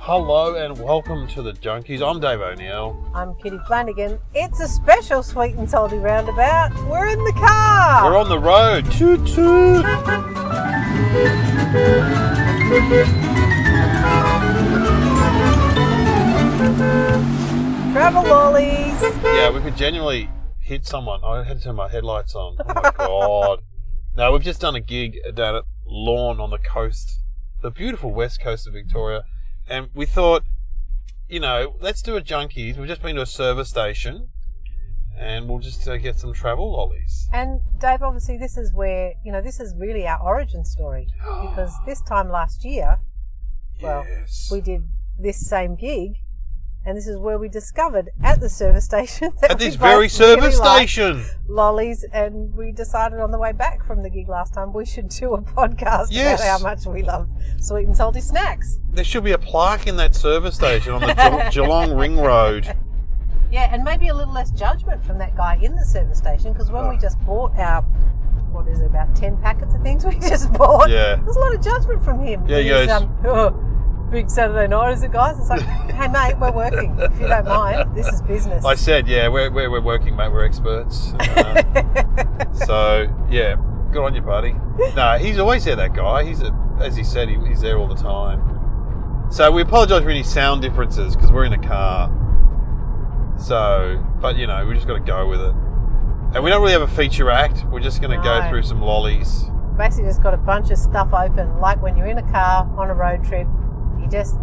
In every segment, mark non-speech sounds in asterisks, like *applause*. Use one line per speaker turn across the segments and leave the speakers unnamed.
Hello and welcome to the Junkies. I'm Dave O'Neill.
I'm Kitty Flanagan. It's a special sweet and salty roundabout. We're in the
Ah.
car.
We're on the road. Toot toot.
Travel lollies.
Yeah, we could genuinely hit someone. I had to turn my headlights on. Oh
*laughs*
my god. No, we've just done a gig down at Lawn on the coast, the beautiful west coast of Victoria, and we thought, you know, let's do a junkies. We've just been to a service station, and we'll just uh, get some travel lollies.
And Dave, obviously, this is where you know this is really our origin story
*gasps*
because this time last year Well,
yes.
we did this same gig, and this is where we discovered at the service *laughs* station that
at
we
this
both
very service
really liked
station.
lollies, and we decided on the way back from the gig last time we should do a podcast
Yes.
about how much we love sweet and salty snacks.
There should be a plaque in that service station on the
*laughs*
Ge- Geelong Ring Road.
Yeah, and maybe a little less judgment from that guy in the service station because when we just bought our what is it about ten packets of things *laughs* we just bought,
Yeah.
there's a lot of judgment from him.
Yeah, he
He's,
goes-
um, "Oh, big Saturday night, is it, guys? It's
*laughs*
like, hey mate, we're working. If you don't mind, this is business.
I said, yeah, we're, we're, we're working, mate.
*laughs*
We're experts. Uh, so, yeah, good on you, buddy. No, he's always there, that guy. He's, a, as he said, he, he's there all the time. So, we apologise for any sound differences because we're in a car. So, but you know, we just got to go with it. And we don't really have a feature act. We're just going to go
No.
through some lollies.
Basically, just got a bunch of stuff open. Like when you're in a car on a road trip, you just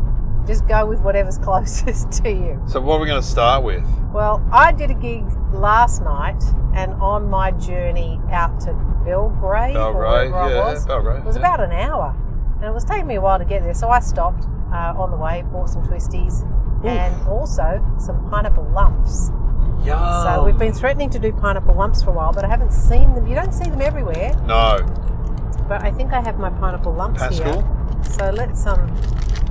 just go with whatever's *laughs* closest to you.
So, what are we going to start with?
Well, I did a gig last night, and on my journey out to Belgrave, or
Belgrave,
wherever I
yeah,
was,
Belgrave,
it was
yeah.
about an hour, and it was taking me a while to get there. So I stopped uh, on the way, bought some twisties, and also some pineapple lumps.
Oh.
So we've been threatening to do pineapple lumps for a while, but I haven't seen them. You don't see them everywhere,
No.
but I think I have my pineapple lumps
Pascal?
here. So let's um,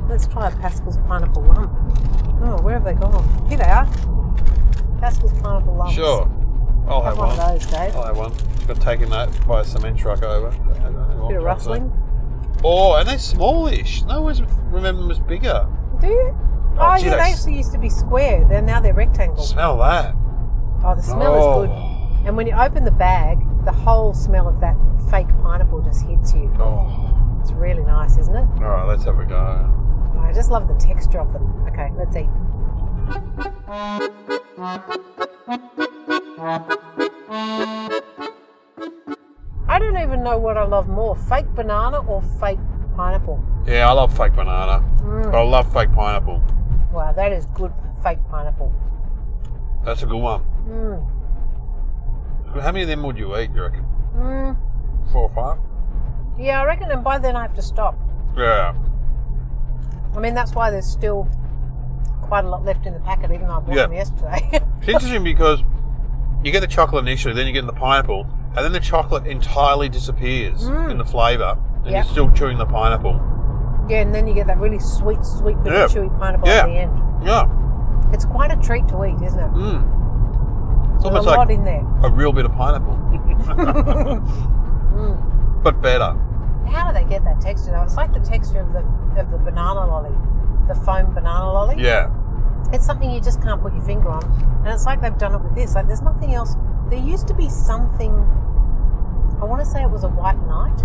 let's try a Pascal's pineapple lump. Oh, where have they gone? Here they are. Pascal's pineapple lumps.
Sure. Oh, I'll have,
Have one of those, Dave.
I'll have one. Got taken that by a cement truck over.
Bit of rustling.
Oh, and they're smallish. No one's remember them as bigger.
Do you?
Oh,
Oh,
gee,
yeah,
they
they
s-
actually used to be square. They're now they're rectangle.
Smell that.
Oh, the smell
Oh.
is good. And when you open the bag, the whole smell of that fake pineapple just hits you.
Oh. All
It's really nice, isn't it?
right, let's have a go.
Oh, I just love the texture of them. Okay, let's eat. I don't even know what I love more: fake banana or fake pineapple.
Yeah, I love fake banana.
Mm.
I love fake pineapple.
Wow, that is good fake pineapple.
That's a good one.
Mm.
How many of them would you eat, you reckon?
Mm.
Four or five?
Yeah, I reckon, and by then I have to stop.
Yeah.
I mean, that's why there's still quite a lot left in the packet, even though I bought
Yeah.
them yesterday. *laughs*
It's interesting because you get the chocolate initially, then you get the pineapple, and then the chocolate entirely disappears
Mm.
in the flavour, and
Yep.
you're still chewing the pineapple.
yeah, and then you get that really sweet, sweet bit of
Yeah.
chewy pineapple
Yeah.
at the end.
Yeah,
It's quite a treat to eat, isn't it?
mm. it's
There's
almost
a lot
like
in there.
a real bit of
*laughs*
pineapple,
Mm.
but better.
How do they get that texture though? It's like the texture of the of the banana lolly, the foam banana lolly.
Yeah,
It's something you just can't put your finger on, and it's like they've done it with this. Like there's nothing else. There used to be something. I want to say it was a white knight. Is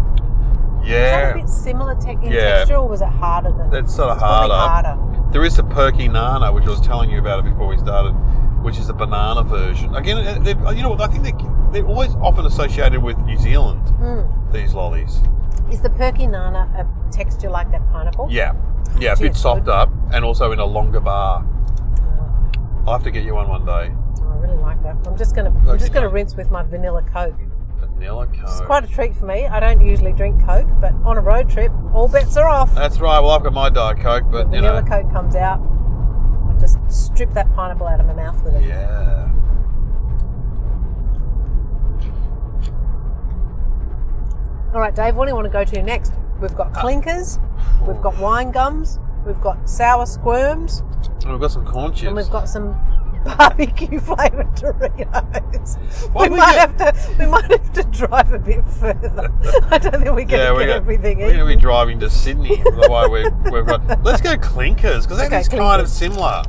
that a
yeah.
bit similar te- in
Yeah.
texture, or was it harder than?
That's sort of
it's probably
harder.
harder.
There is the perky nana, which I was telling you about it before we started, which is the banana version. Again, they've- you know what? I think they they're always often associated with New Zealand.
Mm.
These lollies.
Is the perky nana a texture like that pineapple?
Yeah, yeah, a
Gee,
bit
it's
soft
good.
up, and also in a longer bar. I will have to get you one one day.
Oh, I really like that. I'm just gonna I'm just gonna rinse with my vanilla coke.
Vanilla Coke.
It's quite a treat for me. I don't usually drink coke, but on a road trip, all bets are off.
That's right. Well, I've got my diet Coke, but you
vanilla
know,
coke comes out. I just strip that pineapple out of my mouth with it.
yeah.
All right, Dave. What do you want to go to next? We've got
Uh, *sighs*
clinkers. We've got wine gums. We've got sour squirms,
And we've got some corn chips.
and we've got some *laughs* barbecue flavored Doritos.
Why
we
we
might
get-
have to. We might have to drive a bit further. *laughs* I don't think we're going to
yeah,
get
we're gonna,
everything
we're
in.
gonna be driving to Sydney. the way we've,
*laughs*
we've got. Let's go clinkers because that
Okay,
is kind
Clinkers.
of similar.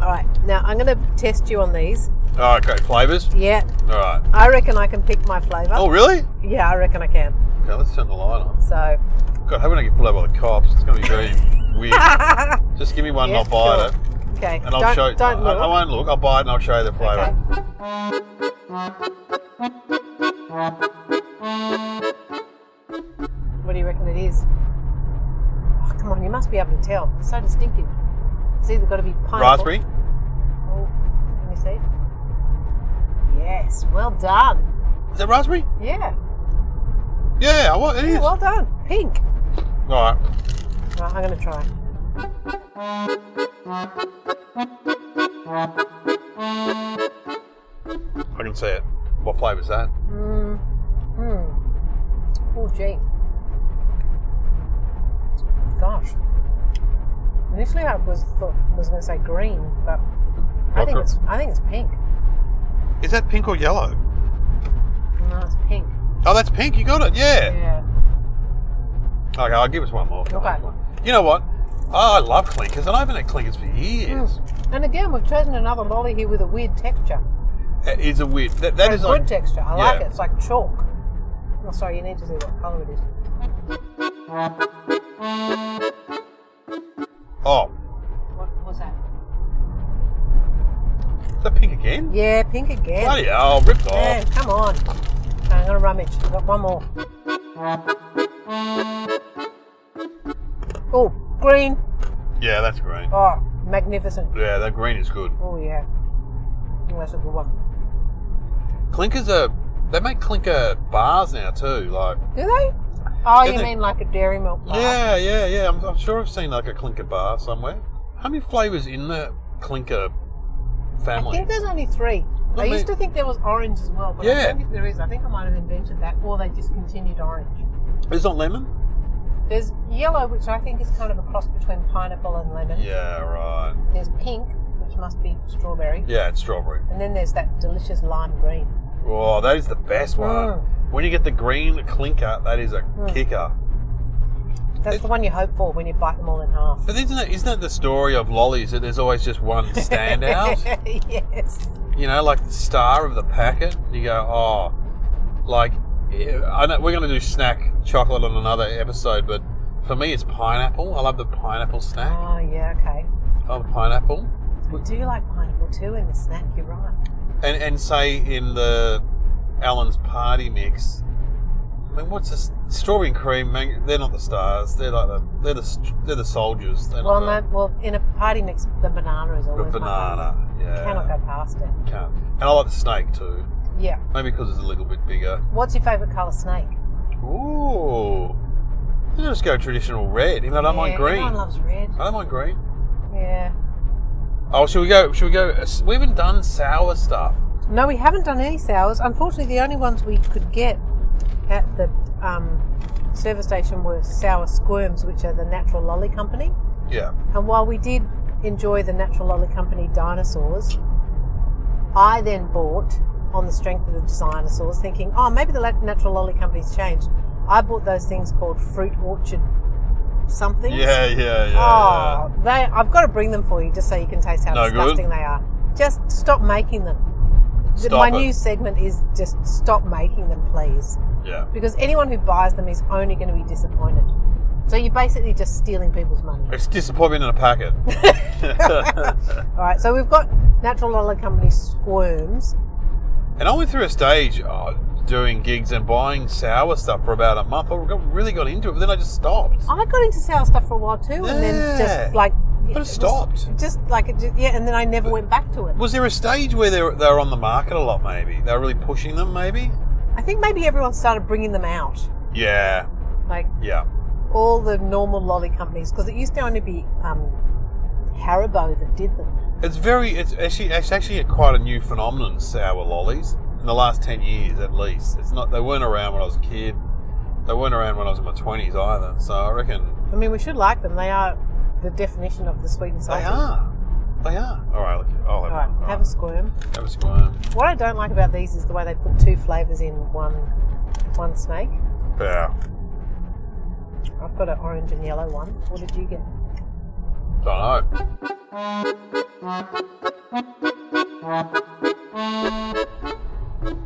All right. Now I'm going to test you on these.
All right, great Oh, flavors.
Yeah,
All right.
I reckon I can pick my flavour.
Oh, really?
Yeah, I reckon I can.
Okay, let's turn the light on.
So, *laughs*
God, I hope we don't get pulled over by the cops. It's gonna be very weird. Just give me one,
Yeah,
and I'll bite
sure.
it,
okay.
and I'll
don't,
show.
Don't
I,
look.
I won't look. I'll bite and I'll show you the flavor.
Okay. What do you reckon it is? Oh, come on, you must be able to tell. It's so distinctive. It's either got to be pineapple.
Raspberry.
Oh, let me see. Yes, well done.
Is that raspberry?
Yeah,
Yeah, I want it is.
well done. Pink.
All right.
Right, I'm going to try.
I can see it. What flavour is that?
Mm. Mm. Oh, gee. Gosh. Initially, I was thought was going to say green, but I think
Welcome.
it's I think it's pink.
Is that pink or yellow?
No, it's pink.
Oh, that's pink. You got it. Yeah.
Yeah.
Okay, I'll give us one more.
Okay.
You know what? Oh, I love clinkers, and I've been at clinkers for years.
Hmm. And again, we've chosen another lolly here with a weird texture.
It is a weird. That, that
a
is
Mm. good
like.
texture. I like
yeah.
it. It's like chalk. Oh, sorry, you need to see what color it is.
Oh,
What was that?
is that pink again?
Yeah, pink again.
Bloody hell, ripped off.
Yeah, come on. Okay, I'm gonna rummage. I've got one more. Oh, green.
Yeah, that's green.
Oh, magnificent.
Yeah, that green is good.
Oh yeah. Oh, That's a good one.
Clinkers are. They make clinker bars now too. Like.
Do they? Oh, you
Isn't it-
mean like a dairy milk bar?
Yeah, yeah, yeah. I'm, I'm sure I've seen like a clinker bar somewhere. How many flavours in the clinker
I
family?
think there's only three. I
Let me-
used to think there was orange as well, but I
Yeah.
don't think there is. I think I might have invented that, or they discontinued orange.
Is it lemon?
There's yellow, which I think is kind of a cross between pineapple and lemon.
Yeah, right.
There's pink, which must be strawberry.
Yeah, it's strawberry.
And then there's that delicious lime green.
Oh, that is the best one.
Mm.
When you get the green clinker, that is a kicker.
That's
It-
the one you hope for when you bite them all in half.
But isn't that, isn't that the story of lollies that there's always just one
*laughs*
standout?
yes.
you know, like the star of the packet. You go, oh, like, eh, I know we're going to do snack chocolate on another episode, but for me, it's pineapple. I love the pineapple snack.
Oh, yeah, okay.
I love pineapple.
I do like pineapple too in the snack, you're right.
And, and say in the Alan's party mix, I mean, what's this? Strawberry and cream, mango, they're not the stars. They're like the they're the st- they're the soldiers. They're
Well,
not
no, well, in a party mix, the banana is
the,
always
the
my favourite.
banana. Yeah,
Cannot go past it.
Can't. And I like the snake too.
Yeah.
Maybe because it's a little bit bigger.
What's your favourite colour snake?
Ooh, I'll just go traditional red. Even though I don't mind
Yeah,
green.
Everyone loves red.
I don't mind green.
Yeah.
Oh, should we go? Should we go? We haven't done sour stuff.
No, we haven't done any sours. Unfortunately, the only ones we could get at the um, service station were sour squirms, which are the Natural Lolly Company.
Yeah.
And while we did enjoy the Natural Lolly Company dinosaurs, I then bought, on the strength of the dinosaurs, thinking, oh, maybe the La- Natural Lolly Company's changed. I bought those things called fruit orchard something.
Yeah, yeah, yeah.
Oh, they, I've got to bring them for you just so you can taste how
No good.
disgusting they are. Just stop making them. The-
Stop
My
it.
new segment is just stop making them, please.
yeah.
Because anyone who buys them is only going to be disappointed. So you're basically just stealing people's money.
It's disappointment in a packet.
All right, so we've got Natural Lolly Company squirms.
and I went through a stage uh doing gigs and buying sour stuff for about a month. I got, really got into it, but then I just stopped.
I got into sour stuff for a while too, and then
Yeah.
just like.
But it stopped.
Just like it, ju- yeah, and then I never went back to it.
Was there a stage where they were, they were on the market a lot? Maybe they were really pushing them. Maybe.
I think maybe everyone started bringing them out,
Yeah.
like
Yeah.
all the normal lolly companies, because it used to only be um, Haribo that did them.
It's very. It's actually it's actually quite a new phenomenon. Sour lollies in the last ten years at least. It's not. They weren't around when I was a kid. They weren't around when I was in my twenties either. So I reckon
I mean, we should like them. They are the definition of the sweet and
they
salty.
are. They are. All right. Look, I'll
All
have,
right,
one. All
have a
right.
squirm.
have a squirm.
What I don't like about these is the way they put two flavors in one one snake.
Yeah.
I've got an orange and yellow one. What did you get?
Don't know.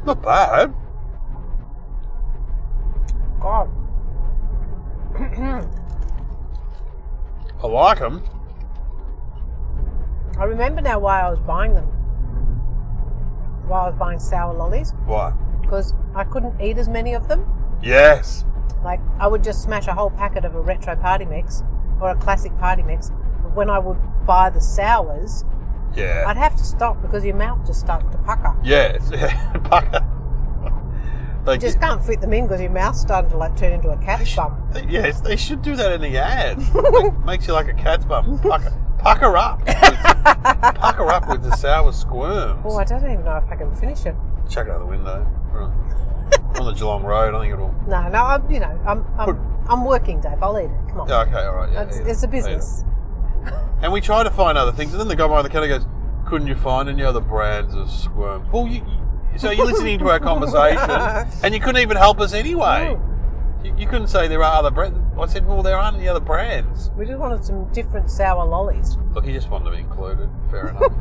Not bad.
God, *clears throat*
I like them.
I remember now why I was buying them. Why I was buying sour lollies
What?
because I couldn't eat as many of them.
Yes.
Like I would just smash a whole packet of a retro party mix or a classic party mix. But when I would buy the sours,
Yeah.
I'd have to stop because your mouth just starts to pucker.
Yeah, *laughs* it's- yeah, pucker. They
You just can't fit them in because your mouth's starting to like turn into a
they
cat's
sh-
bum.
they- yes, they should do that in the
*laughs*
ads. It makes you like a cat's bum. Pucker, pucker up. with- pucker up with the sour squirms.
Oh, I don't even know if I can finish it.
Chuck it out the window. Right. On the Geelong Road, I think it'll.
No, no, I'm, you know, I'm,
Put-
I'm, I'm working, Dave. I'll eat it. Come on.
Yeah, okay, all right. Yeah,
it's,
eat it,
it's a
eat it.
business.
And we try to find other things, and then the guy behind the counter goes, "Couldn't you find any other brands of squirm?" Well, you. you- So you're listening to
*laughs*
our conversation, and you couldn't even help us anyway.
Mm.
You, you couldn't say there are other brands. I said, "Well, there aren't any other brands."
We just wanted some different sour lollies.
Look, he just wanted to be included. Fair
*laughs*
enough.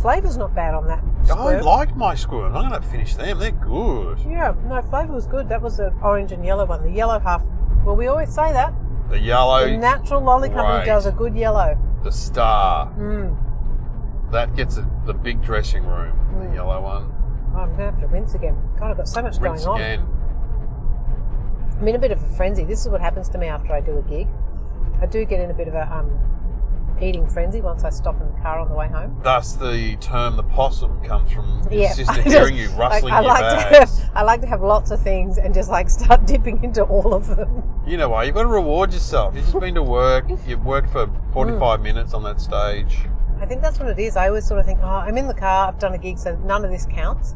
Flavour's not bad on that.
I
squirm.
liked my squirm. I'm going to finish them. They're good.
Yeah, no, flavour was good. That was the orange and yellow one. The yellow half. Well, we always say that.
The yellow,
The natural lolly company
Oh, Right.
does a good yellow.
the star.
Mm.
That gets a, the big dressing room. The
Mm.
yellow one.
Oh, I'm going to have to rinse again. God, I've got so much
Rinse
going
again.
on. I'm in a bit of a frenzy. This is what happens to me after I do a gig. I do get in a bit of a um, eating frenzy once I stop in the car on the way home.
Thus, the term the possum comes from your
Yeah, *laughs*
sister
I just-
hearing you rustling
I
your
like
bags.
to have, I like to have lots of things and just like start *laughs* dipping into all of them.
You know why? You've got to reward yourself. You've just been
*laughs*
to work. You've worked for
Mm.
45 minutes on that stage.
I think that's what it is. I always sort of think, oh, I'm in the car, I've done a gig, so none of this counts.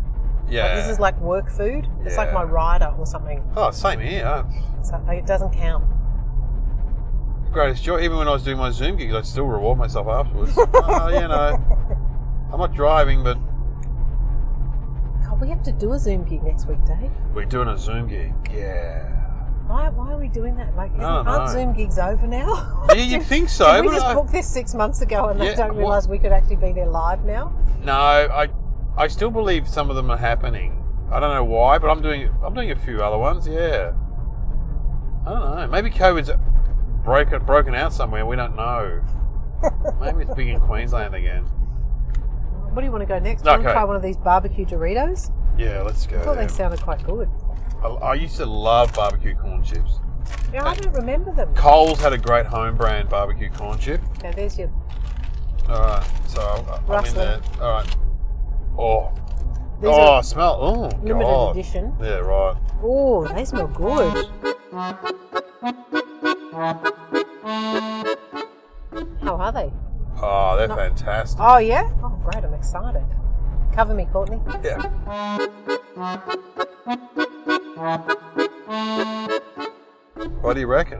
Yeah.
Like, this is like work food. It's like
Yeah.
my rider or something.
oh, same here. huh?
So like, it doesn't count.
greatest joy. Even when I was doing my Zoom gigs, I'd still reward myself
*laughs*
afterwards. oh, you know, I'm not driving, but
God, Oh, we have to do a Zoom gig next week, Dave.
we're doing a Zoom gig. Yeah.
Why, why are we doing that? Like, isn't,
I don't
aren't
know.
Zoom gigs over now?
Yeah,
*laughs*
you'd think so.
Did we
but
just
I-
booked this six months ago and
Yeah,
they don't
what-
realise we could actually be there live now?
no, I, I still believe some of them are happening. I don't know why, but I'm doing, I'm doing a few other ones. Yeah. I don't know. Maybe COVID's broken, broken out somewhere. We
*laughs*
don't know. Maybe it's big in Queensland again.
What do you want to go next?
No,
want to
okay.
try one of these barbecue Doritos?
Yeah, let's go.
I thought they
there.
sounded quite good.
I, I used to love barbecue corn chips.
Yeah, I don't remember them.
Coles had a great home brand barbecue corn chip.
Now, there's your.
All right, so I'm, I'm in
Rustling.
there. All right. Oh,
These
oh,
are
smell. Oh,
limited
God.
edition.
Yeah, right.
Oh, they smell good. How are they?
Oh, they're
No.
fantastic.
Oh, yeah? Oh, great. I'm excited. Cover me, Courtney.
Yeah. What do you reckon?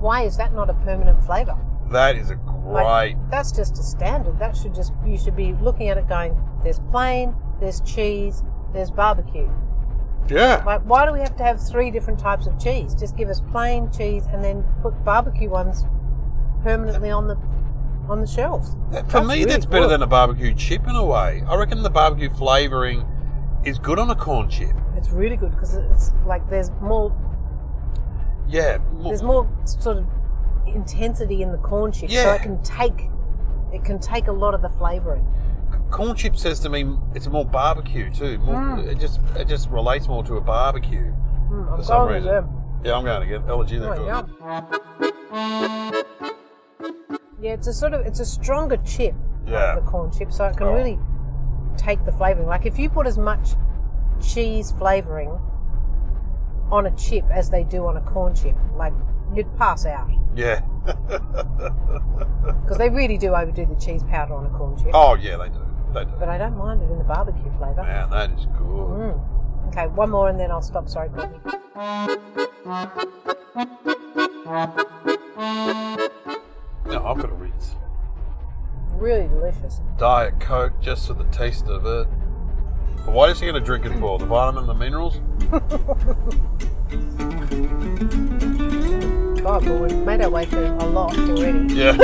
Why is that not a permanent flavour?
That is a
Like,
great.
That's just a standard. That should just, you should be looking at it going, there's plain, there's cheese, there's barbecue.
Yeah.
Like, why do we have to have three different types of cheese? Just give us plain cheese and then put barbecue ones permanently on the on the shelves.
That- For
That's
me,
really
that's better
good.
than a barbecue chip in a way. I reckon the barbecue flavouring is good on a corn chip.
It's really good because it's like there's more
Yeah. mo-
there's more sort of intensity in the corn chip, so
Yeah.
it can take it can take a lot of the flavouring.
corn chip says to me it's more barbecue too. More, It just it just relates more to a barbecue.
Mm, I'm
For some
going with
reason.
them.
Yeah, I'm going to get allergy there.
Oh,
for-
yum. Yeah, it's a sort of it's a stronger chip
Yeah.
the corn chip, so it can
Oh.
really take the flavouring. Like if you put as much cheese flavouring on a chip as they do on a corn chip, like you'd pass out
Yeah.
because they really do overdo the cheese powder on a corn chip.
oh yeah, they do. They do.
But I don't mind it in the barbecue flavour.
Man, that is good.
Mm. Okay, one more and then I'll stop. Sorry, Courtney.
No, I've got a rinse.
Really delicious.
Diet Coke just for the taste of it. But what is he going to drink it for? The vitamin, the minerals?
God, well, we've made our way through a lot already.
Yeah.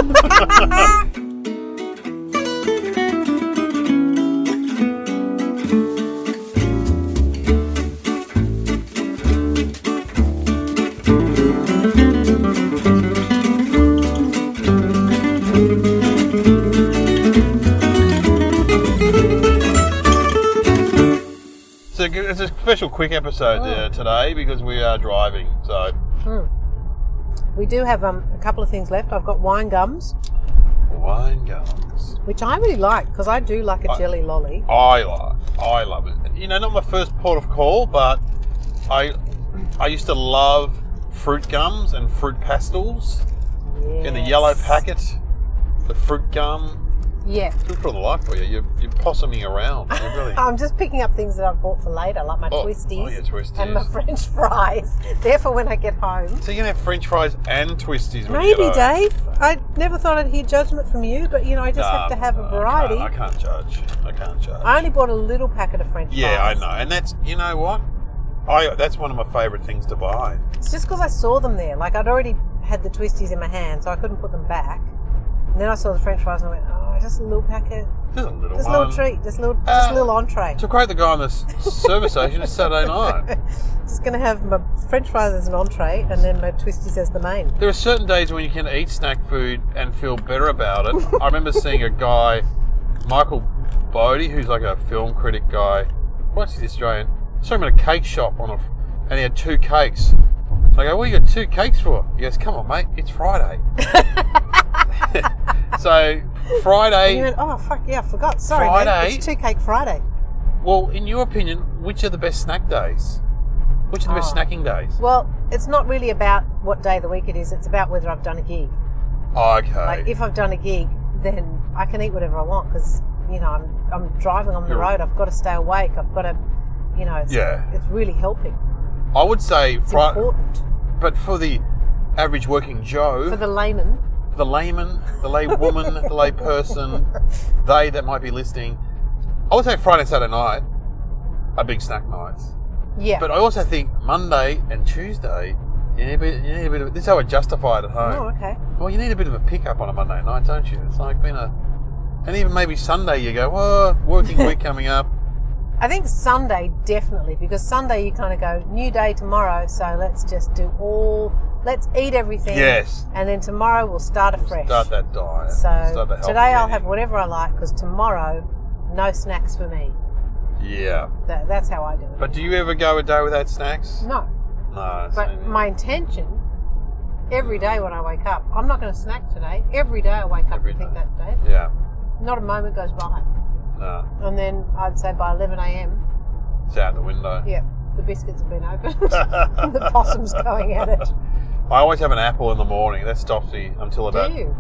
So g- It's a special quick episode uh, today because we are driving. So,
Hmm. We do have um, a couple of things left. I've got wine gums,
wine gums.
which I really like because I do like a
I-
jelly lolly.
I love, I love it. You know, not my first port of call, but I, I used to love fruit gums and fruit pastels in the yellow
Yes.
packet. The fruit gum,
Yeah.
good for the life for you. You're, you're possuming around. You're
*laughs*
really.
I'm just picking up things that I've bought for later, like my
Oh,
twisties,
oh, your twisties.
and my French *laughs* fries. Therefore, when I get home,
So you can have French fries and twisties. When you
maybe
get home.
Dave. I never thought I'd hear judgment from you, but you know, I just
Nah,
have to have
I
a
can't-
variety.
I
I,
can't, judge. I can't judge.
only bought a little packet of French
yeah, I
fries.
know, and that's you know what. I, that's one of my favourite things to buy.
It's just because I saw them there. Like I'd already had the twisties in my hand, so I couldn't put them back. And then I saw the French fries, and I went, "Oh, just a little packet,
Just a little
just a
one.
little treat, just a little, just a
Uh,
little entree."
To quote the guy on the s- service station, it's Saturday night.
Just gonna have my French fries as an entree, and then my twisties as the main.
There are certain days when you can eat snack food and feel better about it. I remember seeing a guy, Michael Bodie, who's like a film critic guy. What's he Australian? I saw him at a cake shop on a, f- and he had two cakes. I go, what you got two cakes for? He goes, come on, mate,
*laughs*
it's Friday. so
And you
Friday,
went, "Oh fuck, yeah, I forgot. Sorry,
Friday.
man. It's Two Cake Friday."
well, in your opinion, which are the best snack days? Which are the best
Oh.
snacking days?
Well, it's not really about what day of the week it is. It's about whether I've done a gig.
Okay.
Like if I've done a gig, then I can eat whatever I want because you know I'm I'm driving on the
You're-
road. I've got to stay awake. I've got to, you know, it's,
Yeah.
it's really helping.
I would say
It's
Friday.
important
But for the average working Joe,
for
the,
the layman.
layman, the lay woman, the lay person, they that might be listening, I would say Friday, Saturday night are big snack nights.
Yeah.
But I also think Monday and Tuesday, you need a bit, you need a bit of, this is how I justify it at home.
oh, okay.
Well, you need a bit of a pickup on a Monday night, don't you? It's like been a, and even maybe Sunday you go, oh, working week
*laughs*
coming up.
I think Sunday definitely because Sunday you kind of go new day tomorrow, so let's just do all. Let's eat everything.
Yes.
And then tomorrow we'll start afresh.
Start that diet.
So
start that healthy
today I'll have
eating.
whatever I like because tomorrow, no snacks for me.
Yeah.
That, that's how I do it.
But do you ever go a day without snacks?
no,
No. same
but
here.
my intention every day when I wake up, I'm not going to snack today. Every day I wake up
Every
and think
day.
that day.
Yeah.
Not a moment goes by.
No.
And then I'd say by 11 a.m.,
It's out the window.
yeah, the biscuits have been
*laughs*
opened. and *laughs* the possum's going at it.
I always have an apple in the morning. That stops me until
Do
about
you?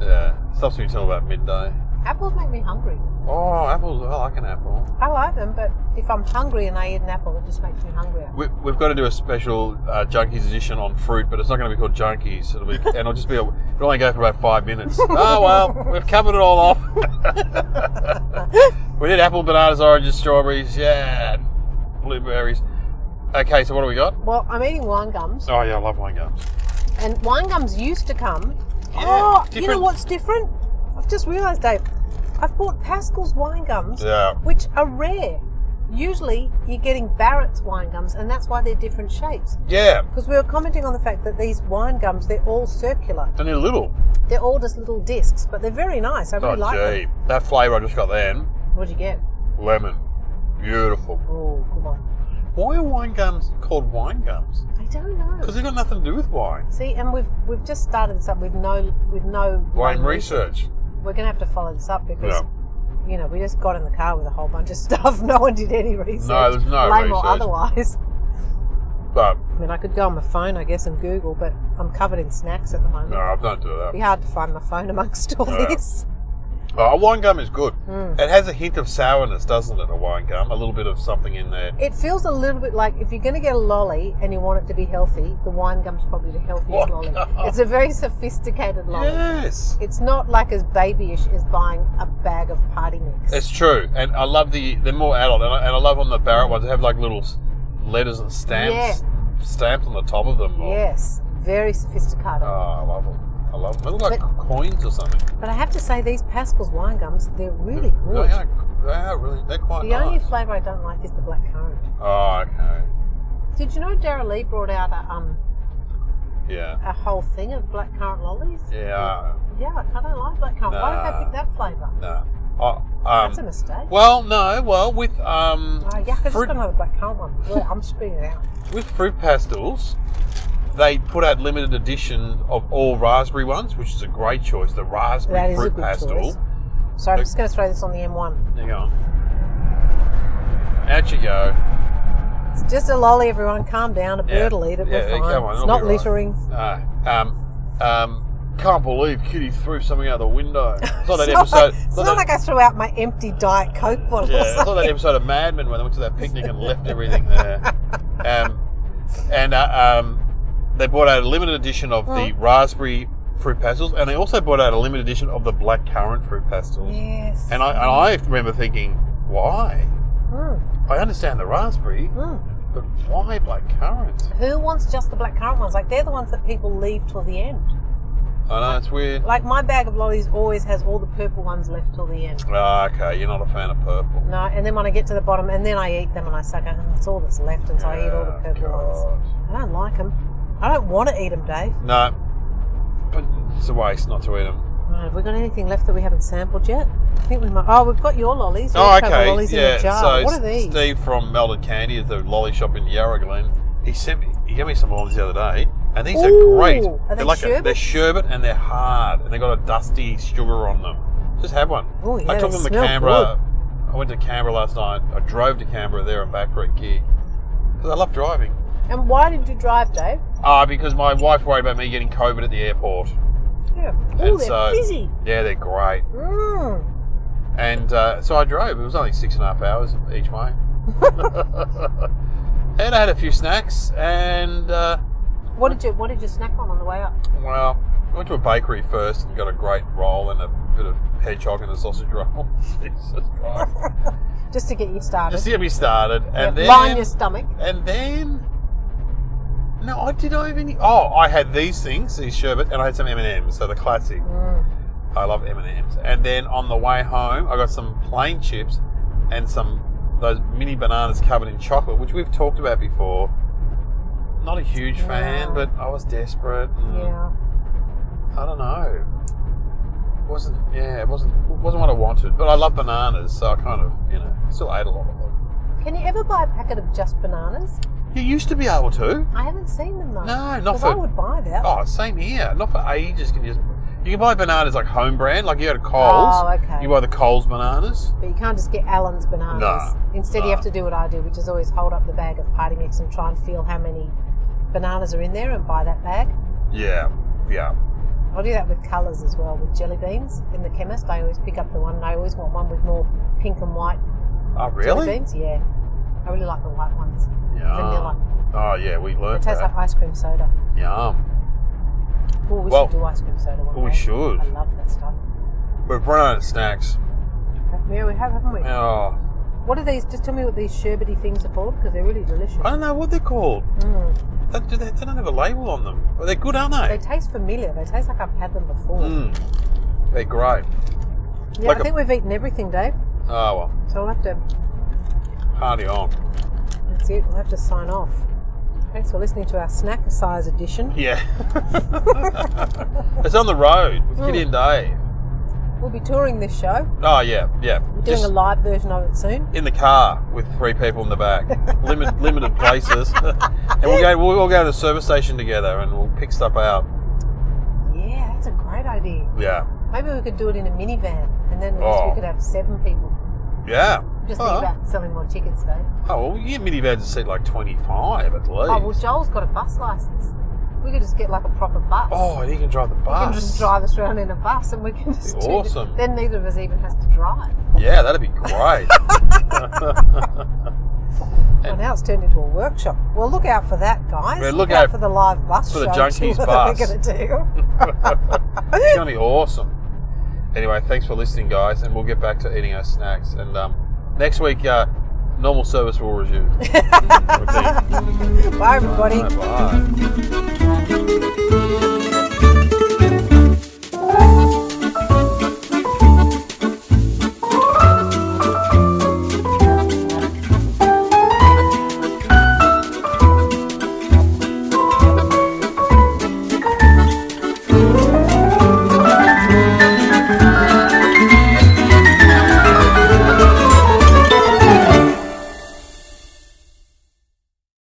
Yeah. Stops me till about midday.
Apples make me hungry.
Oh, apples. I like an apple.
I like them, but if I'm hungry and I eat an apple, it just makes me hungrier.
We, we've got to do a special uh, Junkies edition on fruit, but it's not going to be called Junkies.
*laughs*
It'll be, and it'll just be, a, it'll only go for about five minutes. oh, well, we've covered it all off. *laughs* we did apple, bananas, oranges, strawberries, yeah, and blueberries. Okay, so what do we got?
Well, I'm eating wine gums,
Oh, yeah, I love wine gums.
and wine gums used to come.
Yeah,
oh, you know
different-
what's different? I've just realised, Dave. I've bought Pascal's wine gums,
Yeah.
which are rare. Usually, you're getting Barrett's wine gums, and that's why they're different shapes.
Yeah.
Because we were commenting on the fact that these wine gums, they're all circular.
And they're little.
They're all just little discs, but they're very nice. I really
oh,
like
gee. That flavour I just got then,
them. What'd you get?
lemon. Beautiful.
Oh, come on.
Why are wine gums called wine gums?
I don't know.
Because they've got nothing to do with wine.
See, and we've we've just started this up with no with no
Wine
one
research.
We're gonna have to follow this up because
Yeah.
you know we just got in the car with a whole bunch of *laughs* stuff. No one did any research,
No, there's no
lame
research.
or otherwise. *laughs*
But
I mean, I could go on my phone, I guess, and Google, but I'm covered in snacks at the moment.
no, don't do that.
It'd be hard to find my phone amongst all
Yeah.
this.
Oh, a wine gum is good.
Mm.
It has a hint of sourness, doesn't it? A wine gum, a little bit of something in there.
It feels a little bit like if you're going to get a lolly and you want it to be healthy, the wine gum's probably the healthiest
Wine
lolly.
gum.
It's a very sophisticated lolly.
Yes,
It's not like as babyish as buying a bag of party mix.
it's true. And I love the they're more adult, and I, and I love on the Barrett ones. They have like little s- letters and stamps stamped on the top of them. Or,
Yes, very sophisticated.
Oh, I love them. I love them. They look like
But-
coins or something.
but I have to say, these Pascal's wine gums, they're really good.
They are, they are really. They're quite
the
nice.
only flavour I don't like is the black currant.
oh, okay.
Did you know Dara Lee brought out a, um,
Yeah.
a whole thing of black currant lollies?
Yeah.
Yeah, I don't like black currant. Why did they
Nah.
pick that flavour?
No. Oh,
That's a
um,
mistake.
well, no. Well, with um,
Oh, yeah, I just
fruit
got another black currant one. Well, I'm spitting it out.
with fruit pastels, they put out limited edition of all raspberry ones, which is a great choice. The raspberry
That is
fruit
a good
pastel.
choice. Sorry, I'm just going to throw this on the M1.
Hang on. Out you go.
It's just a lolly, everyone. Calm down. A
Yeah.
bird will eat it.
Yeah,
We're
yeah,
fine.
come on,
it's
it'll
not
be right.
littering.
No. Ah, Um, um, can't believe Kitty threw something out the window.
*laughs*
It's not that
It's not,
episode.
like, it's
not
not
that-
like I threw out my empty Diet Coke bottle.
Yeah,
or
it's not
something.
that episode of Mad Men where they went to that picnic and left everything there. Um, and uh, um, they bought out a limited edition of the raspberry fruit pastels, and they also bought out a limited edition of the black currant fruit pastels.
*laughs* Yes.
And I and I remember thinking, why?
Mm,
I understand the raspberry,
mm.
but why black currant?
Who wants just the black currant ones? Like they're the ones that people leave till the end.
I know it's weird.
Like my bag of lollies always has all the purple ones left till the end.
Ah, okay, you're not a fan of purple.
No, and then when I get to the bottom, and then I eat them, and I suck. Oh, it's all that's left, and so I eat all the
Yeah,
purple ones.
God.
I don't like them. I don't want to eat them, Dave.
No, but it's a waste not to eat them.
Right, have we got anything left that we haven't sampled yet? I think we might. Oh, we've got your lollies. Your
Oh,
cocoa
okay.
Lollies
yeah.
in a jar.
So
what are these?
Steve from Melted Candy at the lolly shop in Yarra Glen. He sent me. He gave me some lollies the other day, and these
Ooh,
are great.
are they
they're like A, they're
sherbets?
sherbet and they're hard, and they got a dusty sugar on them. Just have one.
Ooh, Oh, yeah,
I took
they
them to
smell
Canberra. I went to Canberra last night. I drove to Canberra there and back for a gig because I love driving.
And why did you drive, Dave?
Ah, because my wife worried about me getting COVID at the airport.
Yeah. Oh,
And
they're
so-
fizzy.
Yeah, they're great.
Mmm.
And uh, so I drove. It was only six and a half hours each
*laughs*
way. and I had a few snacks. And, uh,
What did you What did you snack on on the way up?
well, I went to a bakery first and got a great roll and a bit of hedgehog and a sausage roll. *laughs* Jesus Christ.
Just to get you started.
Just to get me started.
Yeah,
And then.
line your stomach.
And then. No, I did I have any. Oh, I had these things, these sherbet, and I had some M and M's. So the classic.
Mm.
I love M and M's. And then on the way home, I got some plain chips and some those mini bananas covered in chocolate, which we've talked about before. Not a huge fan,
Yeah.
but I was desperate. and
Yeah.
I don't know. wasn't yeah, it wasn't wasn't what I wanted. But I love bananas, so I kind of you know still ate a lot of them.
Can you ever buy a packet of just bananas?
You used to be able to.
I haven't seen them though.
No, not
'Cause
for
I would buy that.
Oh, same here. Not for ages. Can you just you can buy bananas like home brand, like you go to Coles.
Oh, okay.
You buy the Coles bananas.
But you can't just get Allen's bananas.
Nah,
Instead, you
nah.
have to do what I do, which is always hold up the bag of party mix and try and feel how many bananas are in there and buy that bag.
Yeah, yeah.
I do that with colours as well, with jelly beans in the chemist. I always pick up the one, and I always want one with more pink and white
Oh, really?
jelly beans. Yeah, I really like the white ones.
Yum.
Vanilla.
Oh, yeah, we
It
learned
tastes like
that.
ice cream soda.
Yum.
Oh, we
Well,
should do ice cream soda one
we
day.
should.
I love that stuff.
We've run out of snacks.
Yeah, we have, haven't we?
Oh,
What are these? Just tell me what these sherbety things are called because they're really delicious.
I don't know what they're called.
Mm.
They, do they, they don't have a label on them. Well, they're good, aren't
They
they?
taste familiar. They taste like I've had them before.
Mm. They're great.
Yeah,
like
I
a-
think we've eaten everything, Dave.
Oh, well,
So we'll have to.
party on.
That's it. We'll have to sign off. Thanks for listening to our snack size edition. *laughs*
Yeah. it's on the road with
Mm.
Kitty and Dave.
We'll be touring this show.
Oh, yeah, yeah.
We're doing
Just
a live version of it soon.
in the car with three people in the
*laughs*
back. Limit, limited places. and we'll go, we'll all go to the service station together and we'll pick stuff out.
Yeah, that's a great idea.
Yeah.
Maybe we could do it in a minivan, and then we, just,
Oh.
we could have seven people.
Yeah.
Just
oh.
think about selling more tickets, Dave.
Oh, well, your minivans seat like 25 at least.
Oh well, Joel's got a bus license. We could just get like a proper bus.
Oh, and he can drive the
You can just
bus.
drive us around in a bus and we can just do this.
awesome.
Then neither of us even has to drive.
Yeah, that'd
*laughs*
be great.
Well, now it's turned into a workshop. Well, look out for that, guys.
Yeah, look out
for the live bus
for the
show *laughs*
junkies
tour
bus.
That we're going to do. *laughs*
it's gonna be awesome. Anyway, thanks for listening, guys, and we'll get back to eating our snacks. And um, next week, uh,
*laughs*
normal service will resume. Okay. *laughs*
Bye, everybody.
Bye.